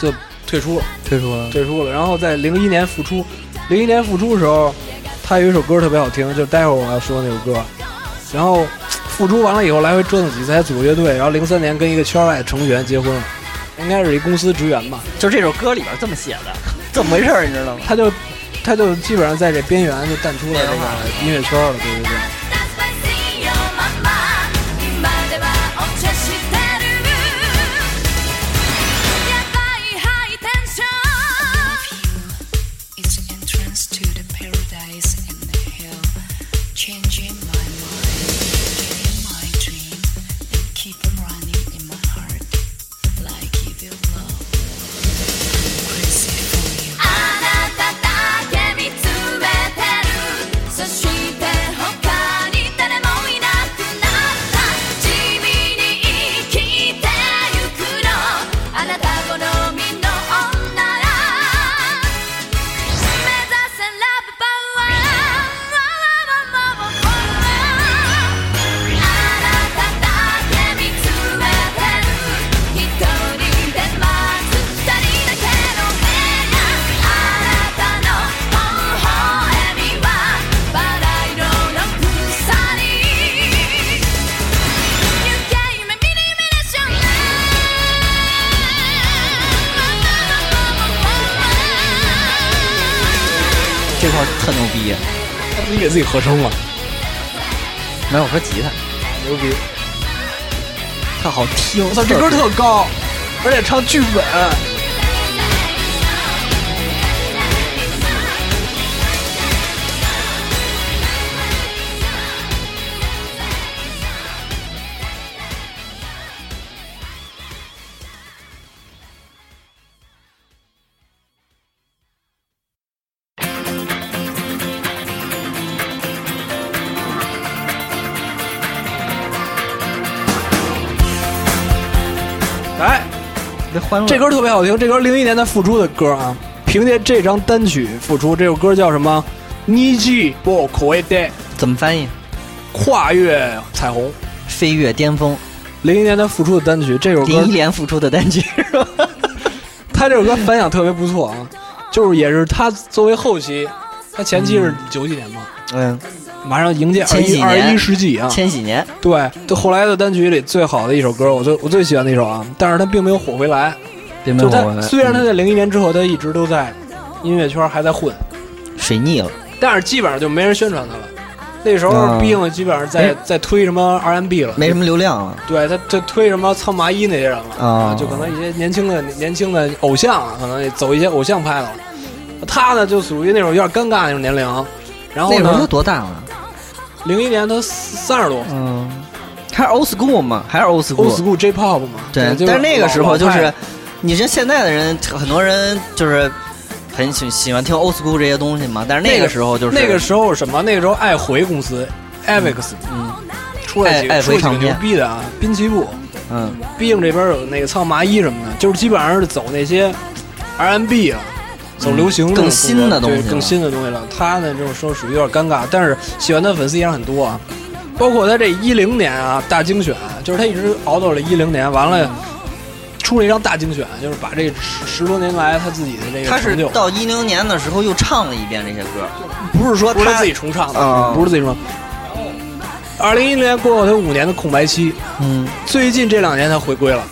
就退出了，
退出了。
退出了，然后在零一年复出，零一年复出的时候，他有一首歌特别好听，就待会儿我要说那首歌，然后复出完了以后来回折腾几次，还组个乐队，然后零三年跟一个圈外成员结婚了，应该是一公司职员吧，
就这首歌里边这么写的，怎么回事儿？你知道吗？
他就他就基本上在这边缘就淡出了这个音乐圈了，对对对。
That's my see your mama 今ではお茶してるやばいハイテンション
It's entrance to the paradise and the hell, changing my mind, getting my dream, and keep on running in my heart, like evil love. Crazy for you.
あなただけ見つめてるそして他に誰もいなくなった地味に生きてゆくのあなた好みの女ら目指せラブパワーあなただけ見つめてる一人でまず二人だけの目があなたの微笑みはバラ色の鎖 You gave me many, many shots
这块儿特牛逼，
他自己给自己合成了，
没有我说吉他，
牛逼！
特好听。
我操，这歌特高，而且唱剧本，哎，
这欢乐，
这歌特别好听，这歌零一年他复出的歌啊，凭借这张单曲复出，这首歌叫什么？你记不可以的，
怎么翻译？
跨越彩虹。
飞跃巅峰，
零一年他复出的单曲，这首歌
林忆莲复出的单 曲，是吧？
他这首歌反响特别不错啊，就是也是他作为后期，他前期是九几年嘛，
嗯，
马上迎接二
前几
一
年
二一世纪啊，
千禧年，
对，就后来的单曲里最好的一首歌，我最我最喜欢的一首啊，但是他并没有火回来，
别没
就
有
他虽然他在零一年之后，他一直都在音乐圈还在混，
水逆了，
但是基本上就没人宣传他了。那时候
啊
毕竟基本上在、在推什么 R&B 了，
没什么流量了，
对他他推什么苍麻衣那些人了
啊
就可能一些年轻的年轻的偶像啊，可能也走一些偶像派了。他呢就属于那种有点尴尬那种年龄，然
那
后
时候都
呢，
多大了？
零一年他三十多
嗯，还是 old school 嘛，还是 old
，old
school。
school J-pop 嘛，
对，
就
但是那个时候就
老
是
派，
你像现在的人，很多人就是很喜喜欢听 old school 这些东西嘛，但是那
那
个时候就是
那个时候什么？那个时候爱回公司 a v e x
嗯
出来几
爱
个
爱
出来几
回
个
唱
牛
片
逼的啊，滨崎步。
嗯
毕竟这边有那个唱麻衣什么的，就是基本上是走那些 R&B 啊，走流行这种
嗯更新
风格
的东西
对
了
更新的东西了。他呢，这种说属于有点尴尬，但是喜欢他的粉丝依然很多啊。包括他这一零年啊，大精选，就是他一直熬到了一零年，完了出了一张大精选，就是把这十十多年来他自己的这个
他
成
是
就，
到一零年的时候又唱了一遍这些歌，
不是说
不是
他
他
自己重唱的
啊，
不是自己重唱。二零一零年过后，他五年的空白期，
嗯，
最近这两年他回归了，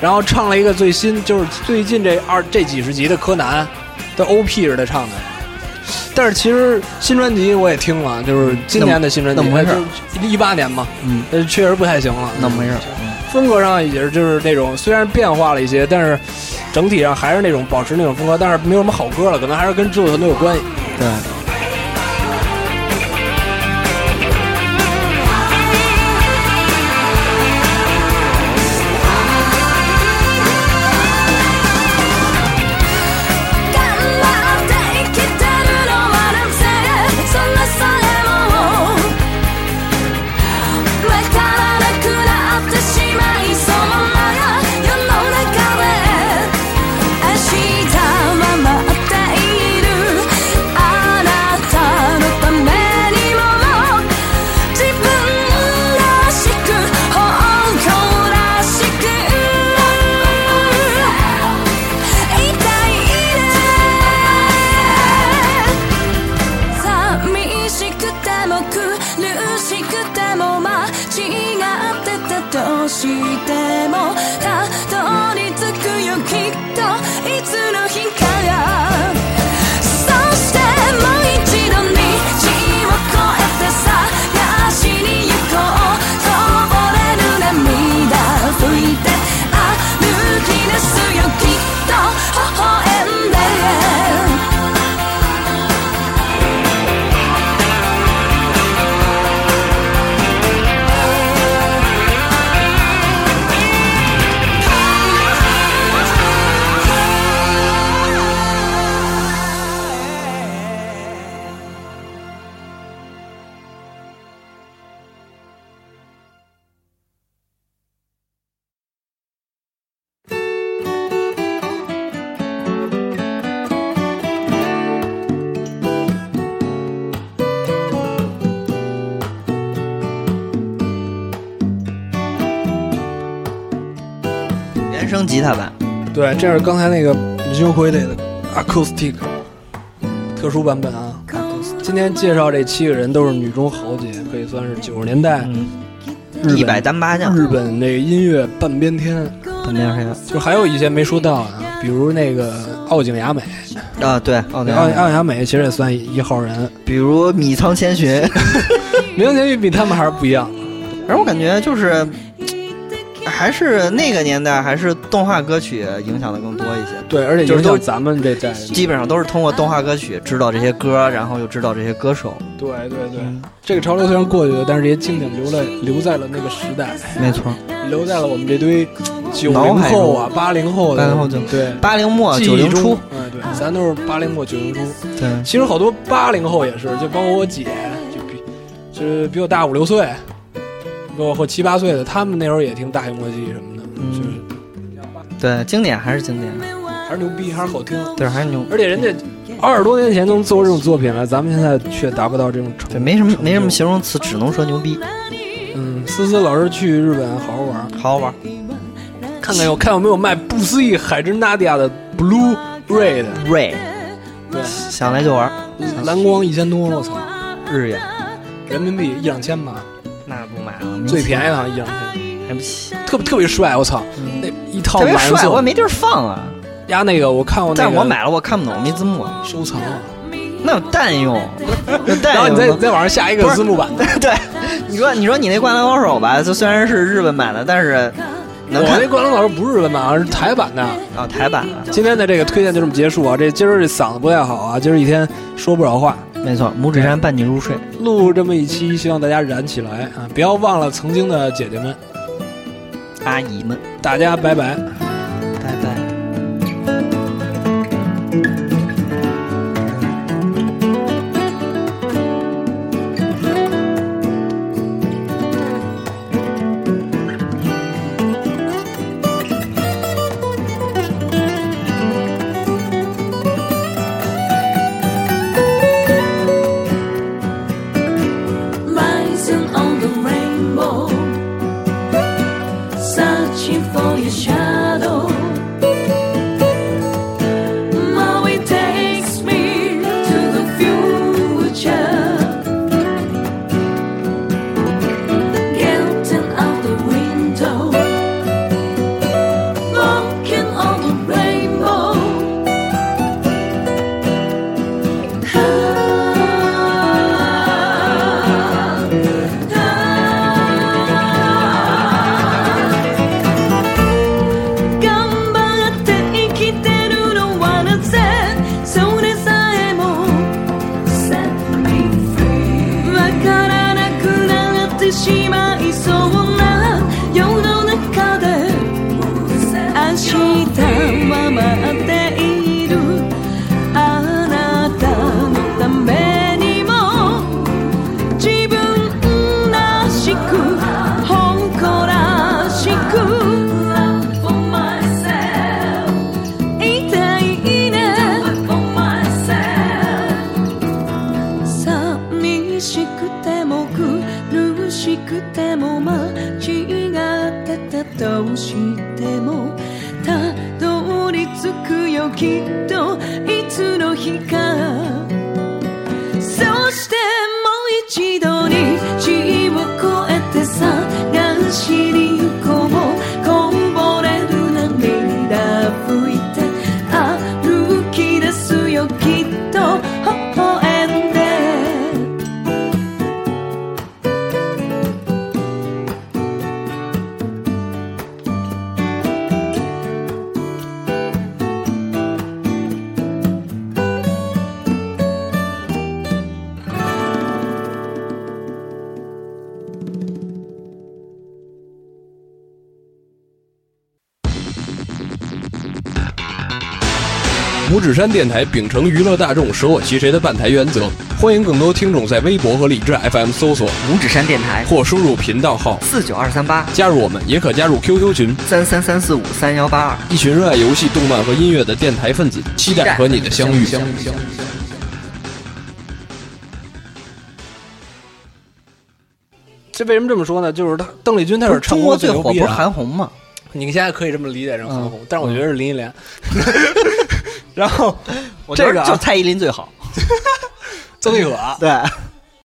然后唱了一个最新，就是最近这二这几十集的柯南的 OP 是他唱的。但是其实新专辑我也听了，就是今年的新专辑，
那么那么回事
一八年嘛，
嗯，
呃，确实不太行了。
那么回事儿，
风格上也是就是那种虽然变化了一些，但是整体上还是那种保持那种风格，但是没有什么好歌了，可能还是跟制作团队有关系。
对。
「あなただけ見つめてる」してもたどり着くよきっといつの日かが「そしてもう一度虹を越えて探しに行こう」「こぼれる涙拭いて歩き出すよきっと微笑んで」
嗯
原声吉他版，
对，这是刚才那个星辉的 acoustic 特殊版本啊。今天介绍这七个人都是女中豪杰，可以算是九十年代、
嗯，
日
一百
本
单八将，
日本那个音乐半边天。
本田黑的
就还有一些没说到啊，比如那个奥井雅美，
啊，对，奥
奥
田
奥井雅美其实也算一号人，
比如米仓千寻，
明显比他们还是不一样。
而我感觉就是，还是那个年代，还是动画歌曲影响的更多一些。
对，而且
就是
影
都
响咱们这代人。
基本上都是通过动画歌曲知道这些歌，然后又知道这些歌手。
对对对，这个潮流虽然过去了，但是这些经典留了留在了那个时代，
没错，
留在了我们这堆九
脑
零
海
后啊、八零后的、
80后就
对
八零末
记忆
九零
中
初，，
嗯，对，咱都是八零末九零初。
对，
其实好多八零后也是，就包括我姐，就比就是比我大五六岁，或或七八岁的，他们那时候也听大型国际什么的，
嗯
就是
对，经典还是经典，啊
还是牛逼，还是好听。
对，还是牛，
而且人家二十多年前能做这种作品了，咱们现在却达不到这种程度。
对，没什么没什么
成
形容词，只能说牛逼，
就。嗯，思思老师去日本好好玩，
好好玩。
看看有看有没有卖不思议海之纳迪亚的 Blue Ray 的，
Ray
对，
想来就玩，
蓝光一千多，我操，
日元
人民币一两千吧，
那不买了，
最便宜
宜
的好像一两千，
买不起，
特别特别帅，我操，那一套
嗯特别
蓝色
帅，我也没地儿放啊。
压那个，我看过那
但
个，
是我买了，我看不懂，没字幕，啊
收藏，
那有蛋用，啊那蛋
然后你再
用
你再往上下一个字幕版的。
对，你说你说你那灌篮高手吧，就虽然是日本版的，但是
我
能看
那灌篮老师不是日本版，而是台版的。
啊、台版的，
今天的这个推荐就这么结束啊！这今儿这嗓子不太好啊，今儿一天说不少话，
没错，拇指山伴你入睡，
录这么一期，希望大家燃起来啊！不要忘了曾经的姐姐们，
阿姨们，
大家拜拜。
拜拜。
rising on the rainbow, searching for your shadow. Now it takes me to the future. Getting out the window, walking on the rainbow. Ah,「頑張って生きてるのはなぜそれさえも」「わからなくなってしまいそうな世の中で」「明日は待っているあなたのためにも」「自分らしく誇らしく」いたいね寂しくても苦しくても間違ってたとしてもたどり着くよきっといつの日かそしてもう一度に地を越えて探しに行こう
拇指山电台秉承娱乐大众、舍我其谁的办台原则，欢迎更多听众在微博和荔枝 FM 搜索
拇指山电台
或输入频道号
四九二三八
加入我们，也可加入 QQ 群，
三三三四五三幺八二。
一群热爱游戏、动漫和音乐的电台分子，期待和你的相遇。
这为什么这么说呢？就是他邓丽君，她
不
是
是
唱
中
歌
国最火
牛
不
逼
是
的啊
韩嗯红吗？
你现在可以这么理解成韩红，但是我觉得是林忆莲。
嗯然后
这个啊
就蔡依林最好。
曾轶可，
啊
啊
对，